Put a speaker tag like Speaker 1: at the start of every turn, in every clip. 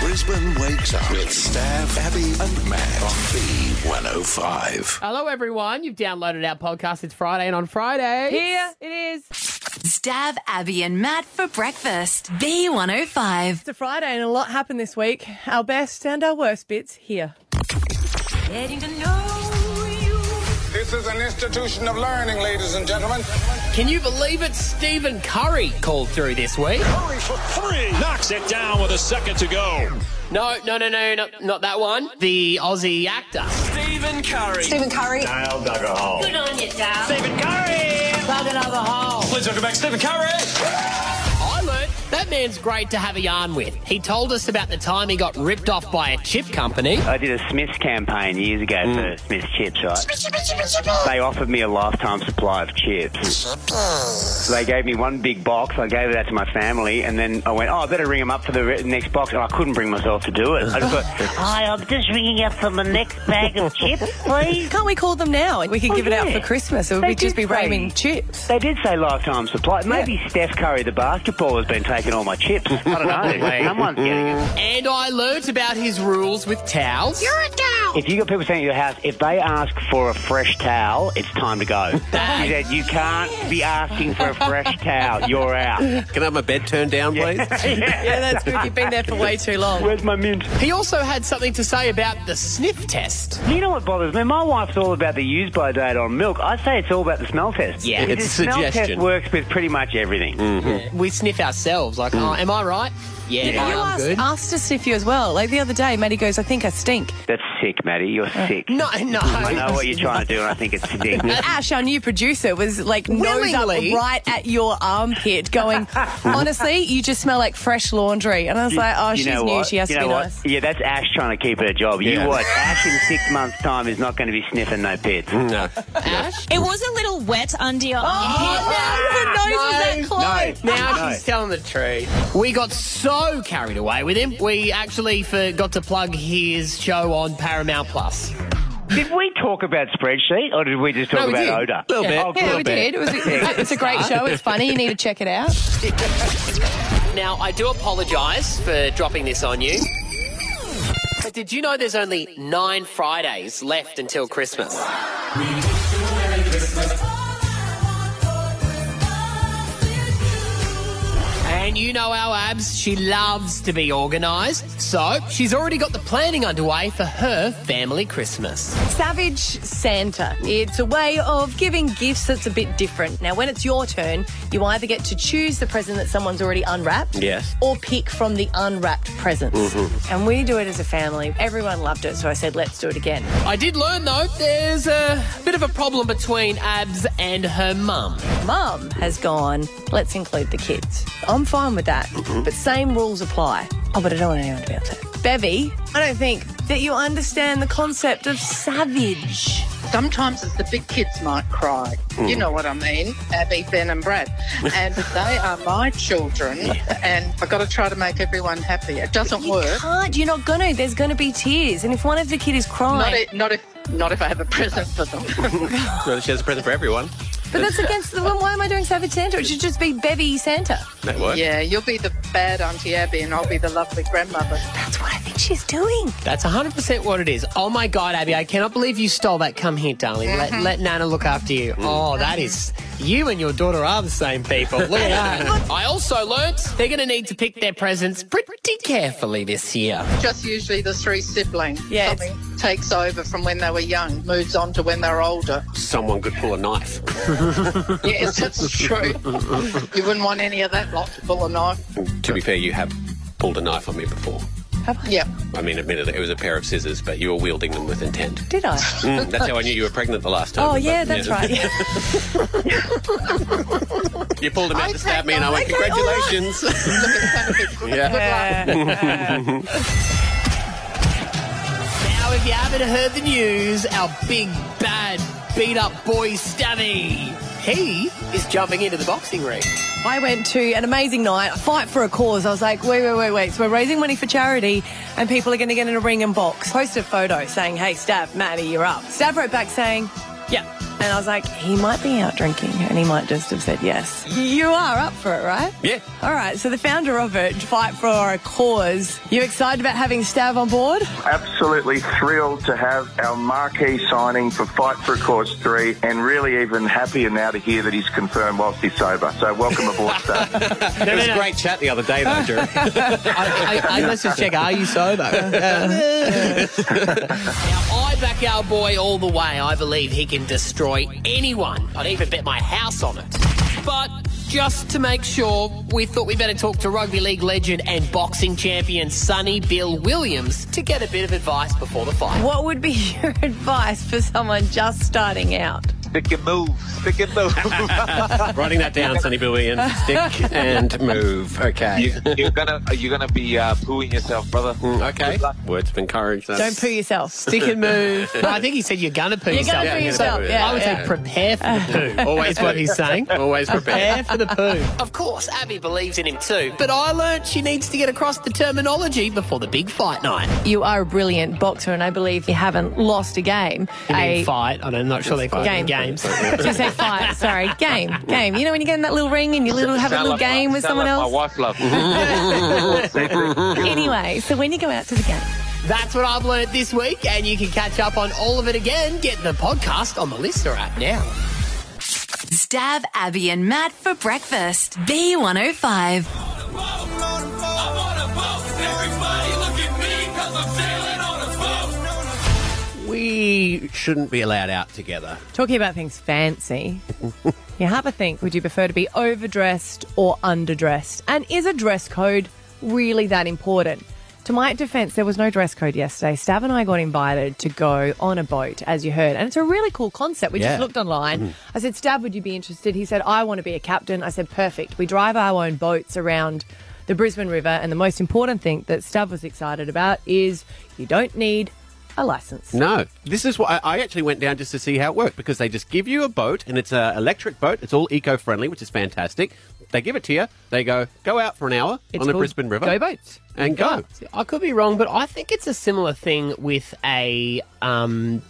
Speaker 1: Brisbane wakes up with Stav, Abby, and Matt on B105.
Speaker 2: Hello, everyone. You've downloaded our podcast. It's Friday, and on Friday,
Speaker 3: Here it is.
Speaker 4: Stav, Abby, and Matt for breakfast. B105.
Speaker 3: It's a Friday and a lot happened this week. Our best and our worst bits here.
Speaker 4: Getting to know you.
Speaker 5: This is an institution of learning, ladies and gentlemen.
Speaker 2: can you believe it? Stephen Curry called through this week.
Speaker 6: Knocks it down with a second to go.
Speaker 2: No, no, no, no, no not that one. The Aussie actor.
Speaker 6: Stephen Curry.
Speaker 7: Stephen Curry.
Speaker 6: Stephen Curry.
Speaker 2: Plug another hole.
Speaker 6: Please welcome back Stephen Curry.
Speaker 2: I learned that man's great to have a yarn with. He told us about the time he got ripped off by a chip company.
Speaker 8: I did a Smith's campaign years ago for Smith's chips, right? They offered me a lifetime supply of chips. They gave me one big box. I gave that to my family, and then I went, "Oh, I better ring them up for the re- next box." And I couldn't bring myself to do it. I just thought,
Speaker 9: Hi, I'm just ringing up for the next bag of chips, please.
Speaker 3: Can't we call them now? We could
Speaker 8: Oh,
Speaker 3: give it out
Speaker 8: yeah.
Speaker 3: for Christmas. It would
Speaker 8: They
Speaker 3: be just be
Speaker 8: did say-
Speaker 3: raving chips.
Speaker 8: they did say lifetime supply. Maybe Steph Curry, the basketball, has been taking all my chips. I don't know. Someone's getting it.
Speaker 2: And I learnt about his rules with towels.
Speaker 8: If you got people saying at your house, if they ask for a fresh towel, it's time to go. He said, you can't be asking for a fresh towel. You're out.
Speaker 10: Can I have my bed turned down, please?
Speaker 3: Yeah, that's good. You've been there for way too long.
Speaker 8: Where's my mint?
Speaker 2: He also had something to say about the sniff test.
Speaker 8: You know what bothers me? My wife's all about the use by date on milk. I say it's all about the smell test.
Speaker 2: Yeah.
Speaker 8: Because
Speaker 10: It's
Speaker 8: the
Speaker 10: a
Speaker 8: smell test
Speaker 10: suggestion.
Speaker 8: works with pretty much everything.
Speaker 2: We sniff ourselves, like, oh, am I right? Yeah,
Speaker 3: you
Speaker 2: I'm
Speaker 3: asked,
Speaker 2: good.
Speaker 3: asked us if you as well. Like the other day, Maddie goes, I think I stink.
Speaker 8: That's sick, Maddie. You're
Speaker 3: Uh,
Speaker 8: sick.
Speaker 2: No, no.
Speaker 8: I know what you're trying to do, and I think it's sick.
Speaker 3: Ash, our new producer, was like nose up
Speaker 2: Willingly.
Speaker 3: right at your armpit, going, Honestly, you just smell like fresh laundry. And I was like, Oh,
Speaker 8: you
Speaker 3: she's
Speaker 8: know
Speaker 3: new.
Speaker 8: what?
Speaker 3: She has
Speaker 8: you
Speaker 3: to
Speaker 8: know
Speaker 3: be
Speaker 8: what?
Speaker 3: nice.
Speaker 8: Yeah, that's Ash trying to keep her job.
Speaker 10: Yeah.
Speaker 8: You watch. Ash in six months' time is not going to be sniffing no pits.
Speaker 10: no.
Speaker 2: Ash?
Speaker 7: It was a little wet under your armpit.
Speaker 3: Oh, no, the nose was that close.
Speaker 2: Now she's telling the truth. We got so carried away with him, we actually forgot to plug his show on Paramount Plus.
Speaker 8: Did we talk about spreadsheet, or did we just talk
Speaker 2: No, we
Speaker 8: about
Speaker 2: did.
Speaker 8: odour?
Speaker 10: Little bit.
Speaker 8: Oh,
Speaker 3: Yeah,
Speaker 8: little
Speaker 3: we
Speaker 8: bit.
Speaker 3: did. It was, it's a great show. It's funny. You need to check it out.
Speaker 2: Now, I do apologise for dropping this on you. But did you know there's only nine Fridays left until Christmas? And you know our abs, she loves to be organised. So she's already got the planning underway for her family Christmas.
Speaker 3: Savage Santa. It's a way of giving gifts that's a bit different. Now, when it's your turn, you either get to choose the present that someone's already unwrapped,
Speaker 10: Yes.
Speaker 3: or pick from the unwrapped presents. And we do it as a family. Everyone loved it, so I said, let's do it again.
Speaker 2: I did learn though, there's a bit of a problem between abs and her mum.
Speaker 3: Mum has gone, let's include the kids. I'm fine with that, but same rules apply. Oh, but I don't want anyone to be upset. Bevy, I don't think that you understand the concept of savage.
Speaker 9: Sometimes it's the big kids might cry. You know what I mean? Abby, Ben, and Brad. And they are my children, and I've got to try to make everyone happy. It doesn't
Speaker 3: You
Speaker 9: work.
Speaker 3: can't. You're not gonna. There's gonna be tears, and if one of the kid is
Speaker 9: Not,
Speaker 3: crying,
Speaker 9: i- not if not if I have a present for them.
Speaker 10: Well, she has a present for everyone.
Speaker 3: but that's against the. Well, why am I doing Savage Santa? It should just be Bevy Santa.
Speaker 10: That works.
Speaker 9: yeah, you'll be the bad Auntie Abby, and I'll be the lovely grandmother.
Speaker 3: That's what I think she's doing.
Speaker 2: That's 100% what it is. Oh my God, Abby, I cannot believe you stole that. Come here, darling. Let,
Speaker 3: Mm-hmm.
Speaker 2: let Nana look after you.
Speaker 3: Mm.
Speaker 2: Oh, that is. You and your daughter are the same people. Look at that. I also learnt they're going to need to pick their presents pretty carefully this year.
Speaker 9: Just usually the three siblings.
Speaker 3: Yeah, it's-
Speaker 9: Something takes over from when they were young, moves on to when they're older.
Speaker 10: Someone could pull a knife.
Speaker 9: Yes, that's true. You wouldn't want any of that lot to pull a knife.
Speaker 10: to be fair, you have pulled a knife on me before.
Speaker 9: Yeah.
Speaker 10: I mean, admittedly, it was a pair of scissors, but you were wielding them with intent.
Speaker 3: Did I?
Speaker 10: Mm, that's how I knew you were pregnant the last time.
Speaker 3: Oh
Speaker 10: but,
Speaker 3: yeah, that's right. Yeah.
Speaker 10: You pulled them out to stab me, and I went,
Speaker 3: Okay, all right.
Speaker 10: congratulations.
Speaker 9: Look, it's gonna be good-
Speaker 10: Yeah.
Speaker 9: good luck.
Speaker 2: Now, if you haven't heard the news, our big, bad, beat up boy, Stabby, he is jumping into the boxing ring.
Speaker 3: I went to an amazing night, fight for a cause. I was like, wait, wait, wait, wait. So we're raising money for charity, and people are going to get in a ring and box. Post a photo saying, "Hey, Stav, Maddie, you're up." Stav wrote back saying, "Yeah, And I was like, he might be out drinking and he might just have said yes. You are up for it, right?
Speaker 10: Yeah.
Speaker 3: All right, so the founder of it, Fight for a Cause. You excited about having Stav on board?
Speaker 11: Absolutely thrilled to have our marquee signing for Fight for a Cause 3 and really even happier now to hear that he's confirmed whilst he's sober. So welcome aboard, Stav.
Speaker 10: it was a great chat the other day, though, Drew.
Speaker 2: I, I, I, let's just check. Are you sober? now, I back our boy all the way. I believe he can destroy anyone. I'd even bet my house on it. But just to make sure, we thought we better talk to rugby league legend and boxing champion Sonny Bill Williams to get a bit of advice before the fight.
Speaker 3: What would be your advice for someone just starting out?
Speaker 12: Stick and move. Stick and move.
Speaker 10: Writing that down, Sonny Bill Williams. Stick and move. Okay.
Speaker 12: you're gonna you're gonna be uh, pooing yourself, brother.
Speaker 10: okay. Words of encouragement.
Speaker 3: Don't poo yourself.
Speaker 2: Stick and move. No, I think he said you're gonna poo
Speaker 3: You're
Speaker 2: yourself.
Speaker 3: gonna poo
Speaker 10: Yeah,
Speaker 3: yourself.
Speaker 10: yeah,
Speaker 3: Yeah,
Speaker 2: I would
Speaker 3: yeah.
Speaker 2: say prepare for the poo.
Speaker 10: Always
Speaker 2: Always what
Speaker 10: poo.
Speaker 2: he's saying.
Speaker 10: Always prepare.
Speaker 2: Prepare for the poo. Of course, Abby believes in him too, but I learnt she needs to get across the terminology before the big fight night.
Speaker 3: You are a brilliant boxer, and I believe you haven't lost a game.
Speaker 2: You mean
Speaker 3: a
Speaker 2: fight? I don't- I'm not sure they call them
Speaker 3: Game.
Speaker 2: games.
Speaker 3: I was going to say fight. Sorry, game, game. You know when you get in that little ring and you little have a
Speaker 12: Sound
Speaker 3: little
Speaker 12: like
Speaker 3: game
Speaker 12: my-
Speaker 3: with
Speaker 12: sound
Speaker 3: someone
Speaker 12: like
Speaker 3: else.
Speaker 12: My wife, love.
Speaker 3: Anyway, so when you go out to the game,
Speaker 2: That's what I've learnt this week, and you can catch up on all of it again. Get the podcast on the listener app now.
Speaker 4: Stab Abby and Matt for breakfast. B105.
Speaker 10: We shouldn't be allowed out together.
Speaker 3: talking about things fancy, you have a think. Would you prefer to be overdressed or underdressed? And is a dress code really that important? To my defense, there was no dress code yesterday. Stav and I got invited to go on a boat, as you heard. And it's a really cool concept. We
Speaker 13: Yeah.
Speaker 3: just looked online.
Speaker 2: Mm.
Speaker 3: I said, Stab, would you be interested? He said, I want to be a captain. I said, perfect. We drive our own boats around the Brisbane River. And the most important thing that Stab was excited about is you don't need a license.
Speaker 10: No, this is what I, I actually went down just to see how it worked because they just give you a boat and it's an electric boat. It's all eco-friendly, which is fantastic. They give it to you. They go go out for an hour
Speaker 2: It's
Speaker 10: on the
Speaker 2: called
Speaker 10: Brisbane River.
Speaker 2: Go Boats.
Speaker 10: and go.
Speaker 2: I could be wrong, but I think it's a similar thing with a um,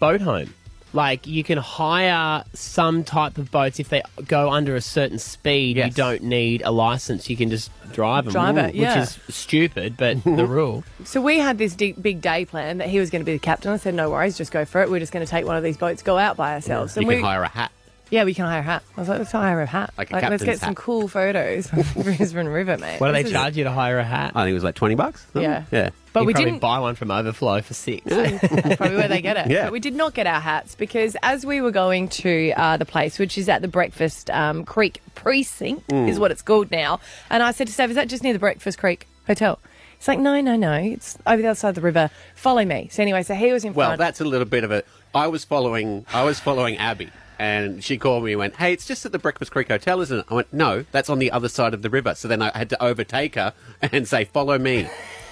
Speaker 2: boat home. Like you can hire some type of boats if they go under a certain speed. You don't need a license; you can just drive them.
Speaker 3: Drive it, yeah.
Speaker 2: which is stupid, but the rule.
Speaker 3: So we had this d- big day plan that he was going to be the captain. I said, no worries, just go for it. We're just going to take one of these boats, go out by ourselves.
Speaker 10: you
Speaker 3: we,
Speaker 10: can hire a hat.
Speaker 3: Yeah, we can hire a hat. I was like, let's hire a hat.
Speaker 10: Like a
Speaker 3: let's get
Speaker 10: captain's
Speaker 3: some
Speaker 10: hat.
Speaker 3: cool photos from Brisbane River, mate.
Speaker 2: What do
Speaker 3: This
Speaker 2: they
Speaker 3: is-
Speaker 2: charge you to hire a hat?
Speaker 10: I think it was like twenty bucks.
Speaker 3: Yeah.
Speaker 10: yeah.
Speaker 3: But we didn't-
Speaker 2: buy one from Overflow for six.
Speaker 3: Probably where they get it.
Speaker 2: Yeah.
Speaker 3: But we did not get our hats because as we were going to uh, the place, which is at the Breakfast um, Creek Precinct,
Speaker 13: Mm.
Speaker 3: is what it's called now, and I said to Steve, is that just near the Breakfast Creek Hotel? He's like, no, no, no. It's over the other side of the river. Follow me. So anyway, so he was in
Speaker 10: Well,
Speaker 3: front.
Speaker 10: that's a little bit of a. I was following. I was following Abby, and she called me and went, "Hey, it's just at the Breakfast Creek Hotel, isn't it?" I went, "No, that's on the other side of the river." So then I had to overtake her and say, "Follow me,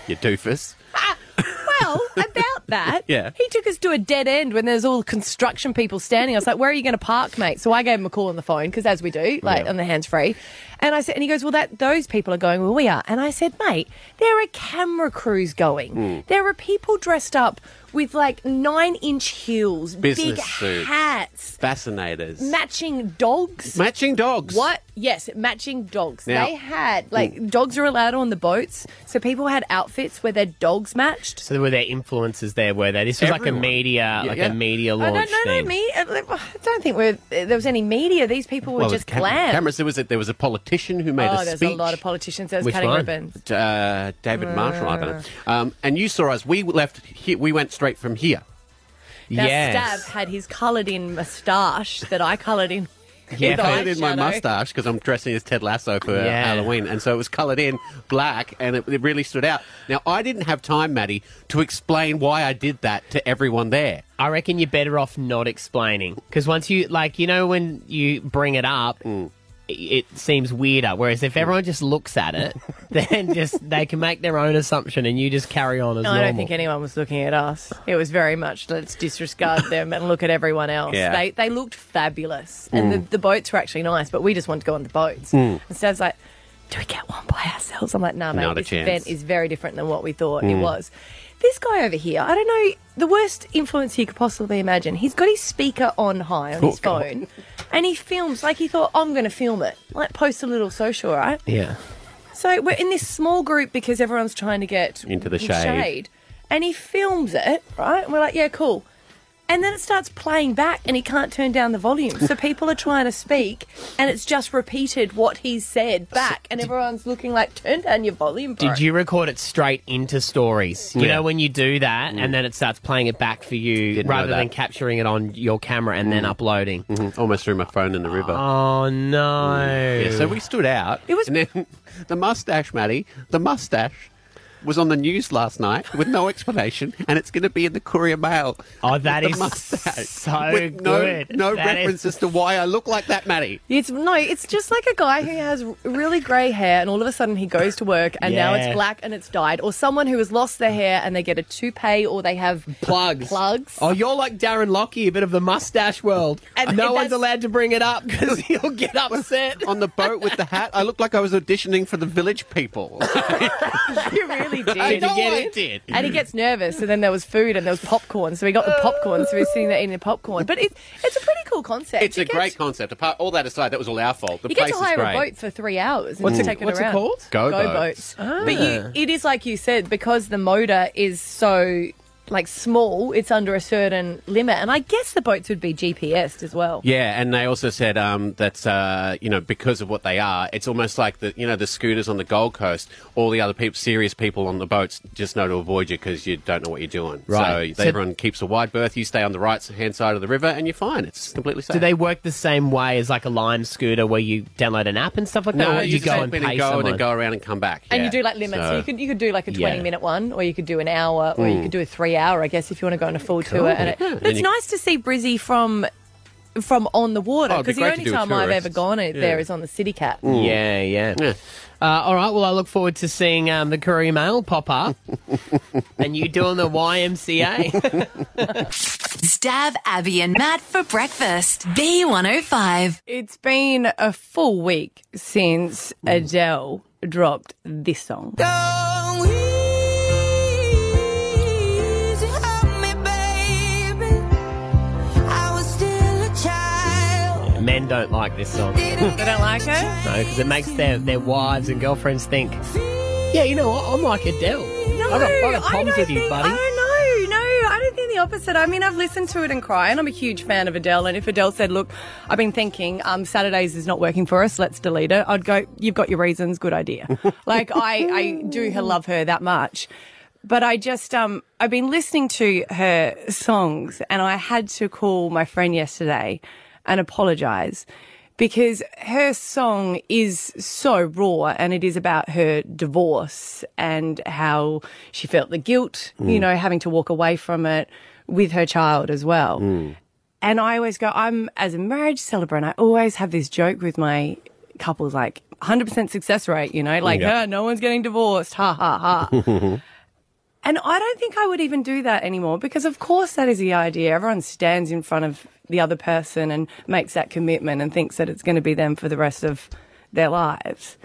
Speaker 10: you doofus."
Speaker 3: well, about that,
Speaker 10: Yeah.
Speaker 3: he took us to a dead end when there's all the construction people standing. I was like, "Where are you going to park, mate?" So I gave him a call on the phone because, as we do, like
Speaker 13: Yeah.
Speaker 3: on the hands free. And I said, and he goes, "Well, that those people are going where we are." And I said, "Mate, there are camera crews going.
Speaker 10: Hmm.
Speaker 13: Mm.
Speaker 3: There are people dressed up with like nine-inch heels,
Speaker 10: Business
Speaker 3: big
Speaker 10: suits.
Speaker 3: hats,
Speaker 10: Fascinators.
Speaker 3: matching dogs."
Speaker 10: Matching dogs.
Speaker 3: What? Yes, matching dogs.
Speaker 10: Now-
Speaker 3: they had like dogs are allowed on the boats, so people had outfits where their dogs matched.
Speaker 2: So were there influences there? Were there? This was like a
Speaker 3: Everyone.
Speaker 2: media,
Speaker 3: Yeah,
Speaker 2: like
Speaker 3: yeah.
Speaker 2: a media
Speaker 3: I
Speaker 2: launch
Speaker 3: don't know,
Speaker 2: thing.
Speaker 3: no, me. uh, I don't think we're, there was any media. These people were
Speaker 10: Well, there's
Speaker 3: just
Speaker 10: cam-
Speaker 3: glam.
Speaker 10: Cameras. There was a, there was a politician who made
Speaker 3: oh,
Speaker 10: a
Speaker 3: there's
Speaker 10: speech.
Speaker 3: a lot of politicians. There's Uh.
Speaker 10: Which
Speaker 3: cutting
Speaker 10: one?
Speaker 3: ribbons.
Speaker 10: Uh, David Marshall, I don't know. Um, and you saw us. We left. He, we went straight from here.
Speaker 3: Now, Stab had his coloured in moustache that I coloured in.
Speaker 10: Yeah,
Speaker 3: with
Speaker 10: I coloured in my
Speaker 3: eyeshadow.
Speaker 10: mustache because I'm dressing as Ted Lasso for
Speaker 2: Yeah.
Speaker 10: Halloween, and so it was coloured in black, and it, it really stood out. Now I didn't have time, Maddie, to explain why I did that to everyone there.
Speaker 2: I reckon you're better off not explaining because once you like, you know, when you bring it up, i- it seems weirder. Whereas if everyone just looks at it, then just they can make their own assumption, and you just carry on as
Speaker 3: No, I
Speaker 2: normal.
Speaker 3: don't think anyone was looking at us. It was very much let's disregard them and look at everyone else.
Speaker 2: Yeah.
Speaker 3: They they looked fabulous, and
Speaker 2: Mm. Mm.
Speaker 3: the, the boats were actually nice, but we just wanted to go on the boats. And Stav's like, "Do we get one by ourselves?" ourselves. I'm like, nah, mate,
Speaker 10: Not a
Speaker 3: this
Speaker 10: chance.
Speaker 3: event is very different than what we thought it
Speaker 10: Mm.
Speaker 3: was. This guy over here, I don't know, the worst influence you could possibly imagine. He's got his speaker on high on
Speaker 2: Oh,
Speaker 3: his
Speaker 2: God.
Speaker 3: phone, and he films like he thought, I'm going to film it, like post a little social, right?
Speaker 2: Yeah.
Speaker 3: So we're in this small group because everyone's trying to get
Speaker 10: Into the shade.
Speaker 3: And he films it, right? And we're like, yeah, cool. And then it starts playing back and he can't turn down the volume. So people are trying to speak and it's just repeated what he said back. And everyone's looking like, turn down your volume, bro.
Speaker 2: Did you record it straight into stories? You
Speaker 10: Yeah. Mm.
Speaker 2: know when you do that, and then it starts playing it back for you
Speaker 10: Didn't know
Speaker 2: rather
Speaker 10: that.
Speaker 2: than capturing it on your camera and then
Speaker 10: Mm.
Speaker 2: uploading.
Speaker 10: Almost threw my phone in the river.
Speaker 2: Oh no!
Speaker 10: Yeah, so we stood out. It was and then the mustache, Maddie. The mustache was on the news last night with no explanation, and it's going to be in the Courier Mail.
Speaker 2: Oh, that
Speaker 10: the
Speaker 2: is
Speaker 10: mustache
Speaker 2: so
Speaker 10: with no-
Speaker 2: good.
Speaker 10: No,
Speaker 2: That is-
Speaker 10: reference as to why I look like that, Maddie.
Speaker 3: It's no, it's just like a guy who has really grey hair and all of a sudden he goes to work and now
Speaker 10: Yeah.
Speaker 3: it's black and it's dyed. Or someone who has lost their hair and they get a toupee or they have
Speaker 2: Plugs.
Speaker 3: plugs.
Speaker 2: Oh, you're like Darren Lockie, a bit of the mustache world.
Speaker 3: And
Speaker 2: no
Speaker 3: it-
Speaker 2: one's allowed to bring it up because he'll get upset.
Speaker 10: On the boat with the hat, I looked like I was auditioning for the Village People.
Speaker 3: you really did.
Speaker 10: I know I did.
Speaker 3: And he gets nervous, and then there was food and there was popcorn, so he got the popcorn, so he's sitting there eating the popcorn. But it, it's a pretty cool concept.
Speaker 10: It's
Speaker 3: You
Speaker 10: a
Speaker 3: get-
Speaker 10: great concept. Apart all that aside, that was all our fault. The
Speaker 3: you
Speaker 10: place
Speaker 3: get to
Speaker 10: is
Speaker 3: hire
Speaker 10: great.
Speaker 3: a boat for three hours and
Speaker 10: What's
Speaker 3: it's
Speaker 10: it-
Speaker 3: taken
Speaker 10: what's it
Speaker 3: around.
Speaker 10: called? Go boats.
Speaker 3: boats.
Speaker 10: Ah.
Speaker 3: But you, it is like you said because the motor is so like small, it's under a certain limit, and I guess the boats would be GPSed as well.
Speaker 10: Yeah, and they also said um, that uh, you know because of what they are, it's almost like the you know the scooters on the Gold Coast. All the other people, serious people on the boats, just know to avoid you because you don't know what you're doing.
Speaker 2: Right.
Speaker 10: So,
Speaker 2: So-
Speaker 10: they- everyone keeps a wide berth. You stay on the right hand side of the river, and you're fine. It's completely safe.
Speaker 2: Do they work the same way as like a Lime scooter where you download an app and stuff like that?
Speaker 10: no,
Speaker 2: or
Speaker 10: you,
Speaker 2: you
Speaker 10: just
Speaker 2: go
Speaker 10: hop
Speaker 2: and
Speaker 10: in
Speaker 2: pay
Speaker 10: and go and
Speaker 2: someone?
Speaker 10: then go around and come back.
Speaker 3: And you
Speaker 10: Yeah.
Speaker 3: do like limits, so, you could you could do like a twenty
Speaker 10: yeah.
Speaker 3: minute one, or you could do an hour, or you
Speaker 10: Mm.
Speaker 3: could do a three hour, I guess, if you want to go on a full tour. And it,
Speaker 10: Yeah.
Speaker 3: but
Speaker 10: And
Speaker 3: it's
Speaker 10: you-
Speaker 3: nice to see Brizzy from from on the water
Speaker 10: Oh, it'd be
Speaker 3: because the
Speaker 10: great to
Speaker 3: only
Speaker 10: do with
Speaker 3: time I've
Speaker 10: tourists.
Speaker 3: ever gone out
Speaker 10: Yeah. Hmm.
Speaker 3: there is on the City Cat.
Speaker 2: Mm. Yeah, yeah. Uh, all right. Well, I look forward to seeing um, the Courier Mail pop up, and you doing the YMCA.
Speaker 4: Stab Abby and Matt for breakfast. B105.
Speaker 3: It's been a full week since
Speaker 10: Hmm.
Speaker 3: Adele dropped this song.
Speaker 2: Men don't like this song.
Speaker 3: they don't like her.
Speaker 2: No, because it makes their, their wives and girlfriends think, yeah, you know what? I'm like Adele. No, I've got, I've got problems with you, buddy.
Speaker 3: I don't know. No, I don't think the opposite. I mean, I've listened to it and cry, and I'm a huge fan of Adele. And if Adele said, "Look, I've been thinking um, Saturdays is not working for us. Let's delete it," I'd go, "You've got your reasons. Good idea." like I, I do her- love her that much, but I just um, I've been listening to her songs, and I had to call my friend yesterday and apologize. Because her song is so raw and it is about her divorce and how she felt the guilt, you
Speaker 13: Mm.
Speaker 3: know, having to walk away from it with her child as well.
Speaker 13: Mm.
Speaker 3: And I always go, I'm as a marriage celebrant, I always have this joke with my couples like 100% success rate, you know, like,
Speaker 13: Yeah.
Speaker 3: "Ah, no one's getting divorced, ha ha ha. And I don't think I would even do that anymore because, of course, that is the idea. Everyone stands in front of the other person and makes that commitment and thinks that it's going to be them for the rest of their lives.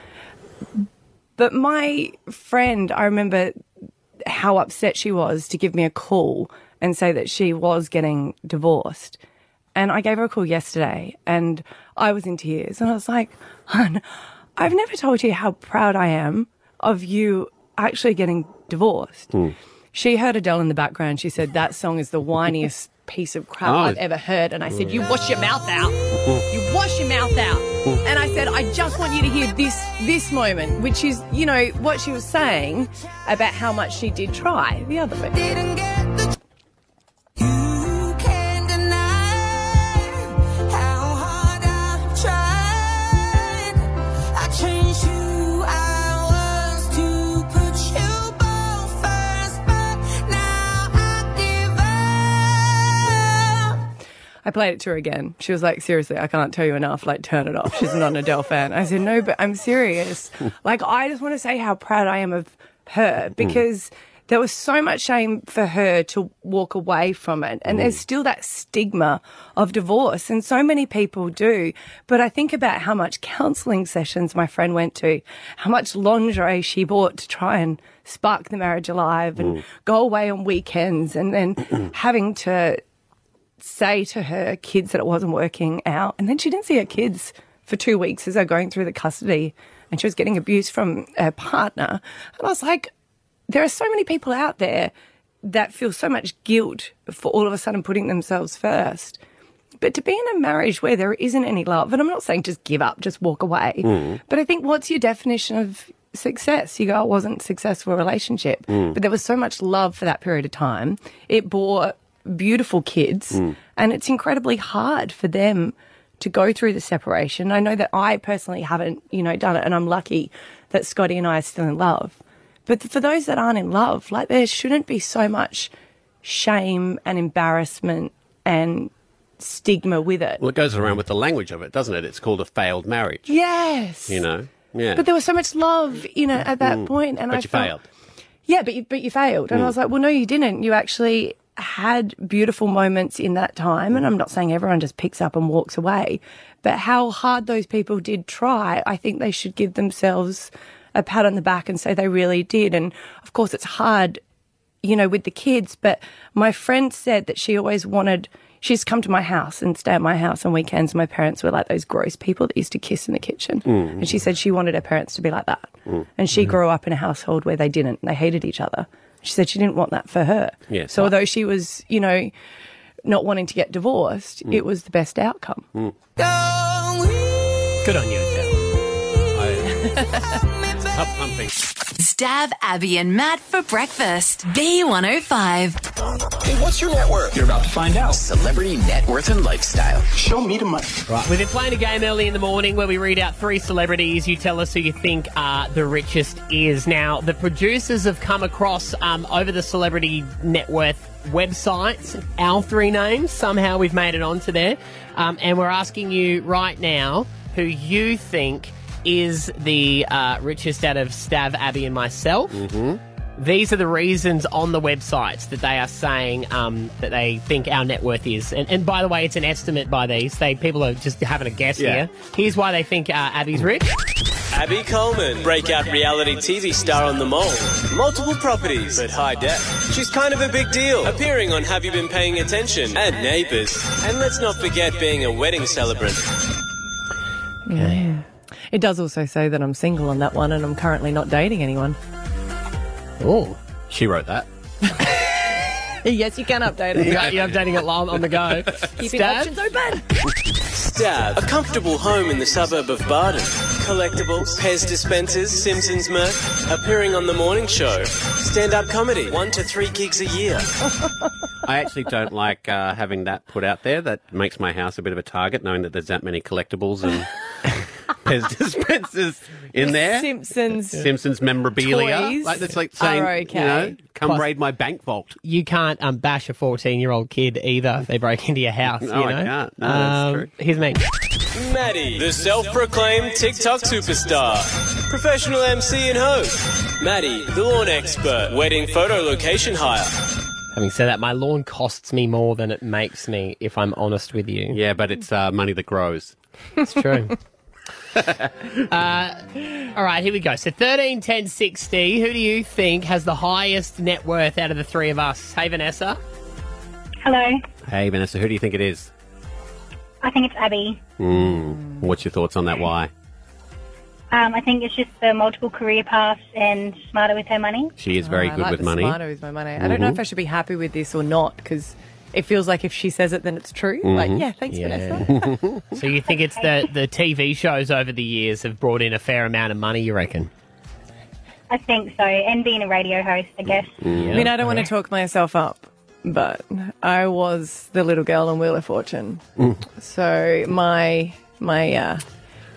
Speaker 3: But my friend, I remember how upset she was to give me a call and say that she was getting divorced. And I gave her a call yesterday and I was in tears and I was like, Hun, I've never told you how proud I am of you actually getting divorced. She heard Adele in the background. She said, That song is the whiniest piece of crap
Speaker 13: Oh.
Speaker 3: I've ever heard. And I said, You wash your mouth out. You wash your mouth out. And I said, I just want you to hear this this moment, which is, you know, what she was saying about how much she did try the other bit. I played it to her again. She was like, seriously, I can't tell you enough. Like, turn it off. She's not an Adele fan. I said,
Speaker 13: Mm.
Speaker 3: no, but I'm serious. like, I just want to say how proud I am of her because There was so much shame for her to walk away from it. And there's
Speaker 13: Mm.
Speaker 3: still that stigma of divorce. And so many people do. But I think about how much counseling sessions my friend went to, how much lingerie she bought to try and spark the marriage alive and
Speaker 13: Mm.
Speaker 3: go away on weekends and then having to say to her kids that it wasn't working out. And then she didn't see her kids for two weeks as they're going through the custody and she was getting abuse from her partner. And I was like, there are so many people out there that feel so much guilt for all of a sudden putting themselves first. But to be in a marriage where there isn't any love, and I'm not saying just give up, just walk away,
Speaker 13: Mm.
Speaker 3: but I think what's your definition of success? You go, I wasn't successful in a relationship,
Speaker 13: Mm.
Speaker 3: but there was so much love for that period of time. It bore beautiful kids,
Speaker 13: Mm.
Speaker 3: and it's incredibly hard for them to go through the separation. I know that I personally haven't, you know, done it, and I'm lucky that Scotty and I are still in love. But th- for those that aren't in love, like there shouldn't be so much shame and embarrassment and stigma with it.
Speaker 10: Well, it goes around with the language of it, doesn't it? It's called a failed marriage.
Speaker 3: Yes.
Speaker 10: You know? Yeah.
Speaker 3: But there was so much love, you know, at that
Speaker 10: Mm.
Speaker 3: point, and
Speaker 10: but
Speaker 3: I
Speaker 10: you
Speaker 3: felt,
Speaker 10: failed.
Speaker 3: Yeah, but you, but you failed, and I
Speaker 10: Mm.
Speaker 3: was like, well, no, you didn't. You actually had beautiful moments in that time, and I'm not saying everyone just picks up and walks away, but how hard those people did try, I think they should give themselves a pat on the back and say they really did. And of course, it's hard you know, with the kids. But my friend said that she always wanted, she's come to my house and stay at my house on weekends. My parents were like those gross people that used to kiss in the kitchen.
Speaker 13: Mm.
Speaker 3: And she said she wanted her parents to be like that.
Speaker 13: Mm.
Speaker 3: And she grew up in a household where they didn't, they hated each other. She said she didn't want that for her.
Speaker 13: Yes.
Speaker 3: So although she was, you know, not wanting to get divorced,
Speaker 10: Mm.
Speaker 3: it was the best outcome.
Speaker 10: Good on you, Up pumping.
Speaker 4: Stab Abby and Matt for breakfast. B105.
Speaker 1: Hey, what's your net worth? You're about to find out. Celebrity net worth and lifestyle. Show me the money.
Speaker 2: We've been playing a game early in the morning where we read out three celebrities. You tell us who you think uh, the richest is. Now, the producers have come across um, over the celebrity net worth websites our three names. Somehow we've made it onto there. Um, and we're asking you right now who you think is the uh, richest out of Stav, Abby, and myself. These are the reasons on the websites that they are saying um, that they think our net worth is. And, and by the way, it's an estimate by these. They people are just having a guess
Speaker 14: Yeah.
Speaker 2: here. Here's why they think uh, Abby's rich.
Speaker 14: Abby Coleman, breakout reality TV star on the mole. Multiple properties, but high debt. She's kind of a big deal, appearing on Have You Been Paying Attention and Neighbours. And let's not forget being a wedding celebrant.
Speaker 3: Yeah. It does also say that I'm single on that one and I'm currently not dating anyone.
Speaker 2: Oh.
Speaker 10: She wrote that.
Speaker 3: yes, you can update it.
Speaker 2: You're, you're updating it live on the go.
Speaker 3: Keeping
Speaker 2: Stab?
Speaker 3: options open.
Speaker 14: Stav, a comfortable home in the suburb of Barden. Collectibles, Pez dispensers, Simpsons merch, appearing on The Morning Show. Stand up comedy, one to three gigs a year.
Speaker 10: I actually don't like uh, having that put out there. That makes my house a bit of a target, knowing that there's that many collectibles and there's dispensers in there.
Speaker 3: Simpsons.
Speaker 10: Simpsons memorabilia.
Speaker 3: Toys
Speaker 10: Like that's like saying,
Speaker 3: are okay.
Speaker 10: you know, come
Speaker 2: Plus-
Speaker 10: raid my bank vault.
Speaker 2: You can't um, bash a 14 year old kid either if they break into your house.
Speaker 10: No,
Speaker 2: you
Speaker 10: I
Speaker 2: know?
Speaker 10: can't. No, that's
Speaker 2: um,
Speaker 10: true.
Speaker 2: Here's me.
Speaker 14: Maddie, the self-proclaimed TikTok superstar, professional MC and host. Maddie, the lawn expert, wedding photo location hire.
Speaker 2: Having said that, my lawn costs me more than it makes me, if I'm honest with you.
Speaker 10: Yeah, but it's uh, money that grows.
Speaker 2: It's true. uh, all right, here we go. So 13, 10, 60. Who do you think has the highest net worth out of the three of us? Hey, Vanessa.
Speaker 15: Hello,
Speaker 10: Hey, Vanessa, who do you think it is?
Speaker 15: I think it's Abby.
Speaker 10: Mm. What's your thoughts on that? Why?
Speaker 15: Um, I think it's just the multiple career paths and smarter with her money.
Speaker 10: She is
Speaker 2: Oh,
Speaker 10: very
Speaker 3: I
Speaker 10: good
Speaker 3: like
Speaker 10: with
Speaker 3: the
Speaker 10: money.
Speaker 3: Smarter with my money. I don't know
Speaker 10: Mhm.
Speaker 3: if I should be happy with this or not because it feels like if she says it, then it's true. Like,
Speaker 10: Mm-hmm.
Speaker 2: Mhm.
Speaker 3: yeah, thanks, Vanessa.
Speaker 2: Vanessa. so you think it's the, the TV shows over the years have brought in a fair amount of money, you reckon?
Speaker 15: I think so, and being a radio host, I guess.
Speaker 3: I mean, I don't want to talk myself up, but I was the little girl on Wheel of Fortune.
Speaker 2: Mm.
Speaker 3: So my my, uh,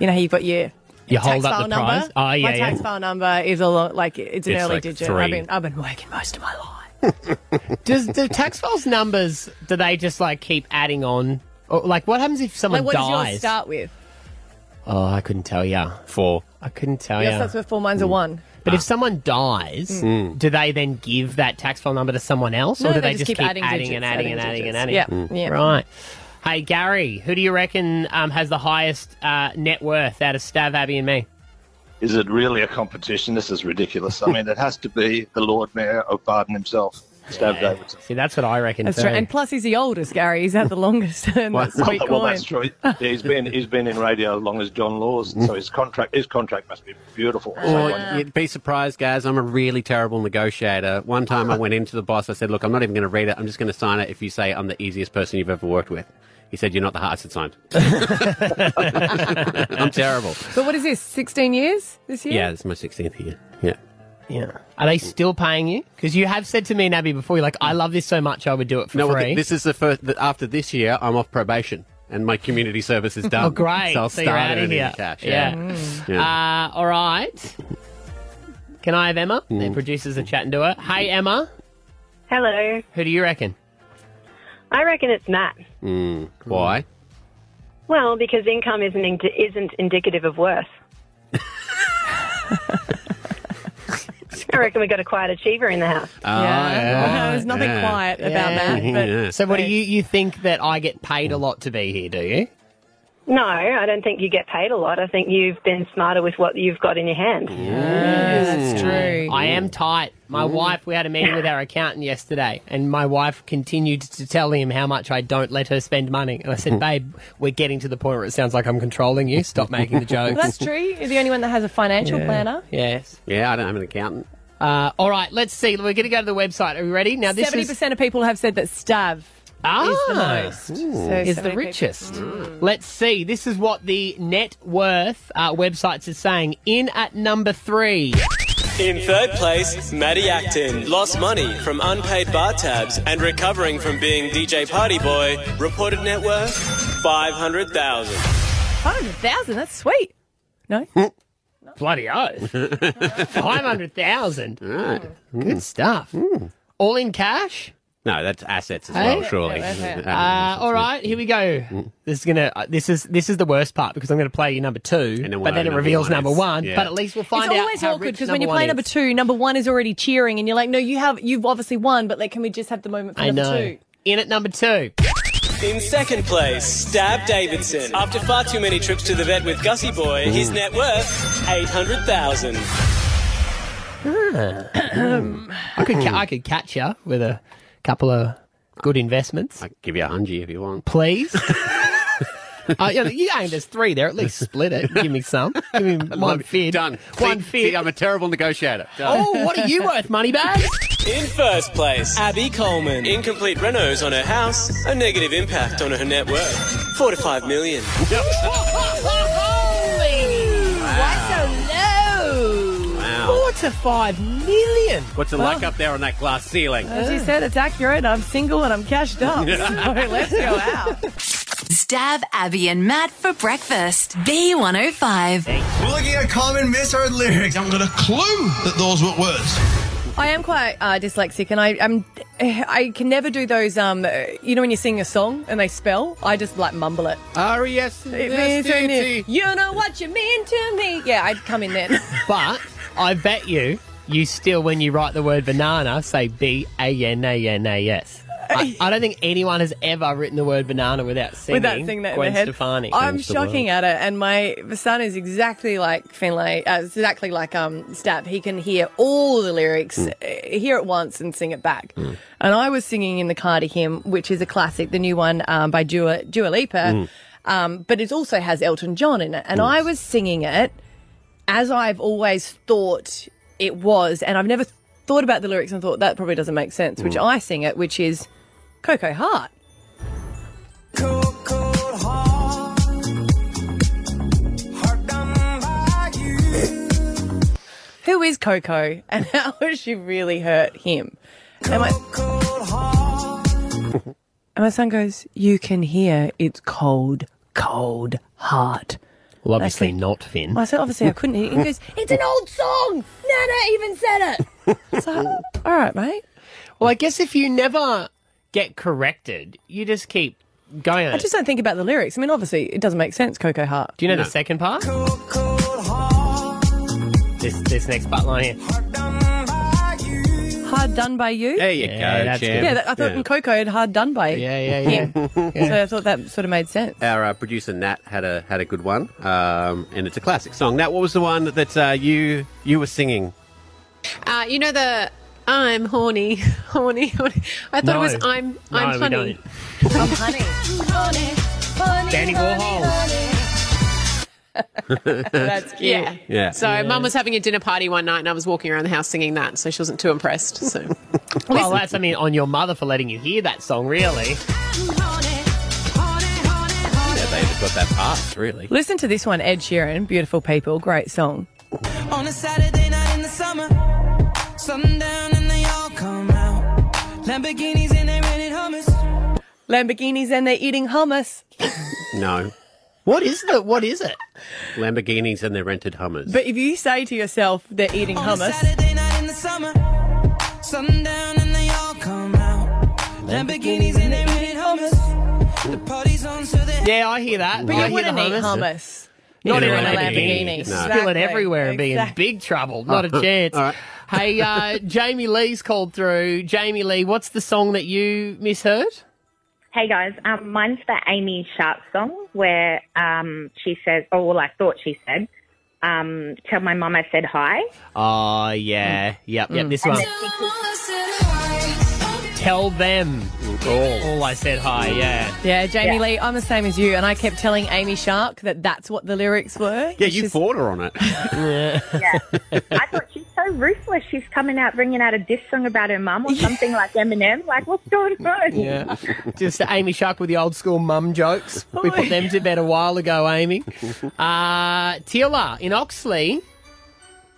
Speaker 3: you know, how you've got your.
Speaker 2: You
Speaker 3: tax
Speaker 2: hold up
Speaker 3: file
Speaker 2: the
Speaker 3: number.
Speaker 2: prize? Oh, yeah,
Speaker 3: My tax
Speaker 2: yeah.
Speaker 3: file number is a lot like it's an
Speaker 2: It's
Speaker 3: early
Speaker 2: like
Speaker 3: digit.
Speaker 2: three.
Speaker 3: I've been I've been working most of my life.
Speaker 2: Does the tax files numbers, do they just like keep adding on? Or, like, what happens if someone
Speaker 3: like, what does
Speaker 2: dies?
Speaker 3: yours start with?
Speaker 2: oh, I couldn't tell ya.
Speaker 10: Four.
Speaker 2: I couldn't tell
Speaker 3: Yours
Speaker 2: ya.
Speaker 3: starts with four. Mine's a one.
Speaker 2: Mm. But if someone dies,
Speaker 10: Mm.
Speaker 2: do they then give that tax file number to someone else,
Speaker 3: No,
Speaker 2: or do
Speaker 3: they
Speaker 2: they, just
Speaker 3: just keep
Speaker 2: keep,
Speaker 3: adding
Speaker 2: adding,
Speaker 3: digits,
Speaker 2: and adding, and
Speaker 3: adding
Speaker 2: adding and
Speaker 3: digits.
Speaker 2: adding?
Speaker 3: Yep, Mm. yep.
Speaker 2: Right. Hey Gary, who do you reckon um, has the highest uh, net worth out of Stav, Abby, and me?
Speaker 13: Is it really a competition? This is ridiculous. I mean, it has to be the Lord Mayor of Barden himself, Stav Davidson.
Speaker 2: See, that's what I reckon.
Speaker 3: That's right. And plus, he's the oldest, Gary. He's had the longest. and that sweet
Speaker 13: well,
Speaker 3: coin.
Speaker 13: that's true. Yeah, he's been he's been in radio as long as John Laws, so his contract his contract must be beautiful.
Speaker 10: Or you'd be surprised, guys. I'm a really terrible negotiator. One time I went into the boss. I said, "Look, I'm not even going to read it. I'm just going to sign it. If you say I'm the easiest person you've ever worked with," he said, "You're not the hardest." It signed. I'm terrible.
Speaker 3: But what is this? 16 years this year?
Speaker 10: Yeah, it's my 16th year. Yeah.
Speaker 2: Yeah. Are they still paying you? Because you have said to me and Abby before, you're like, I love this so much, I would do it for
Speaker 10: No, well,
Speaker 2: free.
Speaker 10: th- this is the first. th- after this year, I'm off probation, and my community service is done.
Speaker 2: Oh, great.
Speaker 10: So I'll
Speaker 2: So
Speaker 10: start
Speaker 2: you're outta
Speaker 10: earning
Speaker 2: here.
Speaker 10: cash.
Speaker 2: Yeah.
Speaker 10: Yeah. Yeah.
Speaker 2: Uh, all right. Can I have Emma? The
Speaker 10: Mm.
Speaker 2: producers are chatting to her. Hey, Emma.
Speaker 16: Hello.
Speaker 2: Who do you reckon?
Speaker 16: I reckon it's Matt.
Speaker 10: Mm. Why?
Speaker 16: Well, because income isn't ind- isn't indicative of worth. I reckon we got a quiet achiever in the house.
Speaker 10: Ah, Uh,
Speaker 3: No, there's nothing
Speaker 2: yeah.
Speaker 3: quiet about that. But
Speaker 2: So, what do you you think that I get paid a lot to be here? Do you?
Speaker 16: No, I don't think you get paid a lot. I think you've been smarter with what you've got in your hand.
Speaker 2: that's true. I am tight.
Speaker 16: Mm.
Speaker 2: My wife, we had a meeting with our accountant yesterday, and my wife continued to tell him how much I don't let her spend money. And I said, Babe, we're getting to the point where it sounds like I'm controlling you. Stop making the
Speaker 3: Well,
Speaker 2: jokes.
Speaker 3: that's true. You're the only one that has a financial
Speaker 2: Yeah.
Speaker 3: planner.
Speaker 2: Yes.
Speaker 10: Yeah, I don't have an accountant.
Speaker 2: Uh, all right, let's see. We're going to go to the website. Are we ready? Now, this
Speaker 3: seventy
Speaker 2: is
Speaker 3: percent of people have said that Stav is the
Speaker 2: Ah.
Speaker 3: most.
Speaker 2: Ooh.
Speaker 3: So
Speaker 2: is
Speaker 3: 70
Speaker 2: the
Speaker 3: people-
Speaker 2: richest. Let's see. This is what the net worth uh, websites are saying. In at number three.
Speaker 14: In third place, Maddie Acton lost money from unpaid bar tabs and recovering from being DJ Party Boy. Reported net worth 500,000.
Speaker 3: Hundred thousand. That's sweet. No.
Speaker 2: Bloody oath. 500,000. Good stuff. All in cash?
Speaker 10: No, that's assets as
Speaker 2: Hey?
Speaker 10: well. Surely.
Speaker 2: Uh, all right, here we go. This is gonna. Uh, this is this is the worst part because I'm gonna play you number two,
Speaker 10: we'll know
Speaker 2: but then it
Speaker 10: number
Speaker 2: reveals
Speaker 10: one
Speaker 2: number
Speaker 10: is.
Speaker 2: one.
Speaker 10: Yeah.
Speaker 2: But at least we'll find
Speaker 3: it's
Speaker 2: out.
Speaker 3: always
Speaker 2: how
Speaker 3: awkward
Speaker 2: rich
Speaker 3: because when you
Speaker 2: one
Speaker 3: play
Speaker 2: is.
Speaker 3: number two, number one is already cheering, and you're like, "No, you have, you've obviously won, but like, can we just have the moment for
Speaker 14: I
Speaker 3: number
Speaker 14: know.
Speaker 3: two?
Speaker 2: In at number two.
Speaker 14: In second place, Stab Davidson. After far too many trips to the vet with Gussie Boy, his net worth 800,000.
Speaker 2: I could ca- I could catch you with a couple of good investments. I
Speaker 10: give you a hundred if you want.
Speaker 2: please. Uh, yeah, you ain't there's three there. At least split it. Give me some. Give me one fifth. Done. One
Speaker 10: See- see,
Speaker 2: fifth.
Speaker 10: I'm a terrible negotiator. Done.
Speaker 2: Oh, what are you worth, money bag?
Speaker 14: In first place, Abby Coleman. Incomplete renos on her house, a negative impact on her net worth. Four to five million.
Speaker 10: Wow.
Speaker 2: Oh, Four to five million. Uh,
Speaker 10: What's it like up there on that glass ceiling?
Speaker 3: As you said, it's accurate. I'm single and I'm cashed up. so let's go out.
Speaker 4: Stab Abby and Matt for breakfast. B105.
Speaker 17: We're looking at common misheard lyrics. I haven't got a clue that those were words.
Speaker 3: I am quite uh, dyslexic, and I am. I can never do those. Um, uh, you know when you sing a song and they spell, I just like mumble it.
Speaker 10: R E S.
Speaker 3: It means to me. You know what you mean to me. Yeah, I'd come in then.
Speaker 2: But I bet you, you still, when you write the word banana, say B A N A N A S. I, I don't think anyone has ever written the word banana without singing.
Speaker 3: With that thing that in
Speaker 2: Gwen
Speaker 3: the head,
Speaker 2: Stefani.
Speaker 3: I'm shocking at it, and my son is exactly like Finlay, uh, exactly like um Stab. He can hear all the lyrics,
Speaker 2: Hmm.
Speaker 3: uh, hear it once and sing it back. And I was singing in the car to him, which is a classic, the new one um, by Dua, Dua Lipa,
Speaker 2: Hmm.
Speaker 18: Mm.
Speaker 3: um, but it also has Elton John in it. And I was singing it as I've always thought it was, and I've never thought about the lyrics and thought that probably doesn't make sense. Which
Speaker 2: Hmm.
Speaker 3: I sing it, which is Coco Heart. Who is Coco and how has she really hurt him? And my, and my son goes, You can hear it's cold, cold heart.
Speaker 2: Well,
Speaker 3: And I
Speaker 2: obviously
Speaker 3: said-
Speaker 2: not, Finn.
Speaker 3: I said, Obviously, I couldn't hear. He goes, It's an old song. Nana even said it. All right, mate.
Speaker 2: Well, I guess if you never get corrected, you just keep going.
Speaker 3: I just don't think about the lyrics. I mean, obviously, it doesn't make sense, Coco Heart.
Speaker 2: Do you know the second part? this, this next butt line here.
Speaker 3: Hard done by you.
Speaker 2: There you
Speaker 14: Yeah, go, that's champ. good.
Speaker 3: Yeah, that, I thought
Speaker 14: Yeah.
Speaker 3: in Coco it hard done by.
Speaker 14: yeah, yeah.
Speaker 3: him. so I thought that sort of made sense.
Speaker 14: Our uh, producer Nat had a had a good one, um, and it's a classic song. Nat, what was the one that uh, you you were singing?
Speaker 19: Uh, you know the I'm horny, horny, horny. I thought it was
Speaker 14: No.
Speaker 19: I'm
Speaker 14: No,
Speaker 19: I'm
Speaker 14: we
Speaker 19: funny.
Speaker 3: I'm honey.
Speaker 2: Danny Warhol.
Speaker 19: That's cute. Yeah.
Speaker 14: Yeah.
Speaker 19: So mum was having a dinner party one night and I was walking around the house singing that, so she wasn't too impressed. So
Speaker 2: Well, that's I mean on your mother for letting you hear that song. Really,
Speaker 14: Yeah, they have got that part really.
Speaker 3: Listen to this one, Ed Sheeran. Beautiful people, great song.
Speaker 13: On a Saturday night in the summer, sundown and they all come out. Lamborghinis and they rented hummus.
Speaker 3: Lamborghinis and they're eating hummus.
Speaker 14: No,
Speaker 2: What is the what is it?
Speaker 14: Lamborghinis and their rented Hummers.
Speaker 3: But if you say to yourself they're eating hummus,
Speaker 13: Saturday night in the summer, sundown and they all come out. Lamborghinis and they rented hummus. The party's on, so they
Speaker 2: Yeah, I hear that.
Speaker 3: but
Speaker 2: I
Speaker 3: you
Speaker 2: hear
Speaker 3: wouldn't
Speaker 2: the
Speaker 3: eat hummus.
Speaker 2: hummus. Not
Speaker 3: You
Speaker 2: in a
Speaker 3: don't want a
Speaker 2: Lamborghini.
Speaker 3: Lamborghini.
Speaker 2: Spill
Speaker 3: No.
Speaker 2: it everywhere and be
Speaker 3: Exactly.
Speaker 2: in big trouble. Not a chance.
Speaker 14: All right.
Speaker 2: Hey, uh, Jamie Lee's called through. Jamie Lee, what's the song that you misheard?
Speaker 20: Hey guys, um, mine's the Amy Sharp song where um, she says, oh, well, I thought she said, um, tell my mum I said hi.
Speaker 2: Oh,
Speaker 14: Mm.
Speaker 2: yeah. Yep, yep, this one. Tell them all. I said hi, yeah.
Speaker 3: Yeah, Jamie Lee, I'm the same as you, and I kept telling Amy Shark that that's what the lyrics were.
Speaker 14: Yeah, you fought her on it.
Speaker 20: She's so ruthless. She's coming out bringing out a diss song about her mum or something like Eminem. Like, what's going on?
Speaker 2: Yeah. Just the Amy Shark with the old school mum jokes. We put them to bed a while ago, Amy. Uh, Tila in Oxley.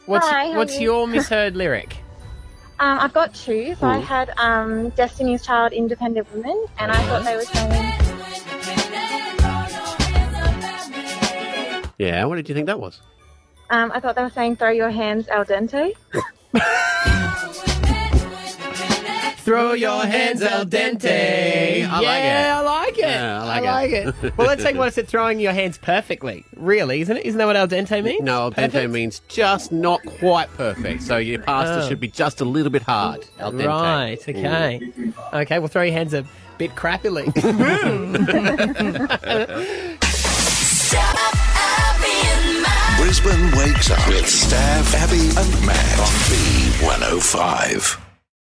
Speaker 2: What's,
Speaker 9: Hi, how are
Speaker 2: what's
Speaker 9: you?
Speaker 2: your misheard lyric?
Speaker 9: Um, I've got two. So
Speaker 10: Mm.
Speaker 9: I had um, Destiny's Child, Independent Women, and I thought they were saying.
Speaker 14: Yeah, what did you think that was?
Speaker 9: Um, I thought they were saying "Throw your hands al dente."
Speaker 14: Throw your hands al dente. I
Speaker 2: yeah,
Speaker 14: like it.
Speaker 2: I like it.
Speaker 14: Yeah,
Speaker 2: I like it. well, let's take one that's at throwing your hands perfectly. Really, isn't it? Isn't that what al dente means?
Speaker 14: No, al dente means just not quite perfect. So your pasta
Speaker 2: Oh.
Speaker 14: should be just a little bit hard. Al dente.
Speaker 2: Right, okay. Okay, we'll throw your hands a bit crappily.
Speaker 1: oh Brisbane wakes up with Stav, Abby, and Matt on B105.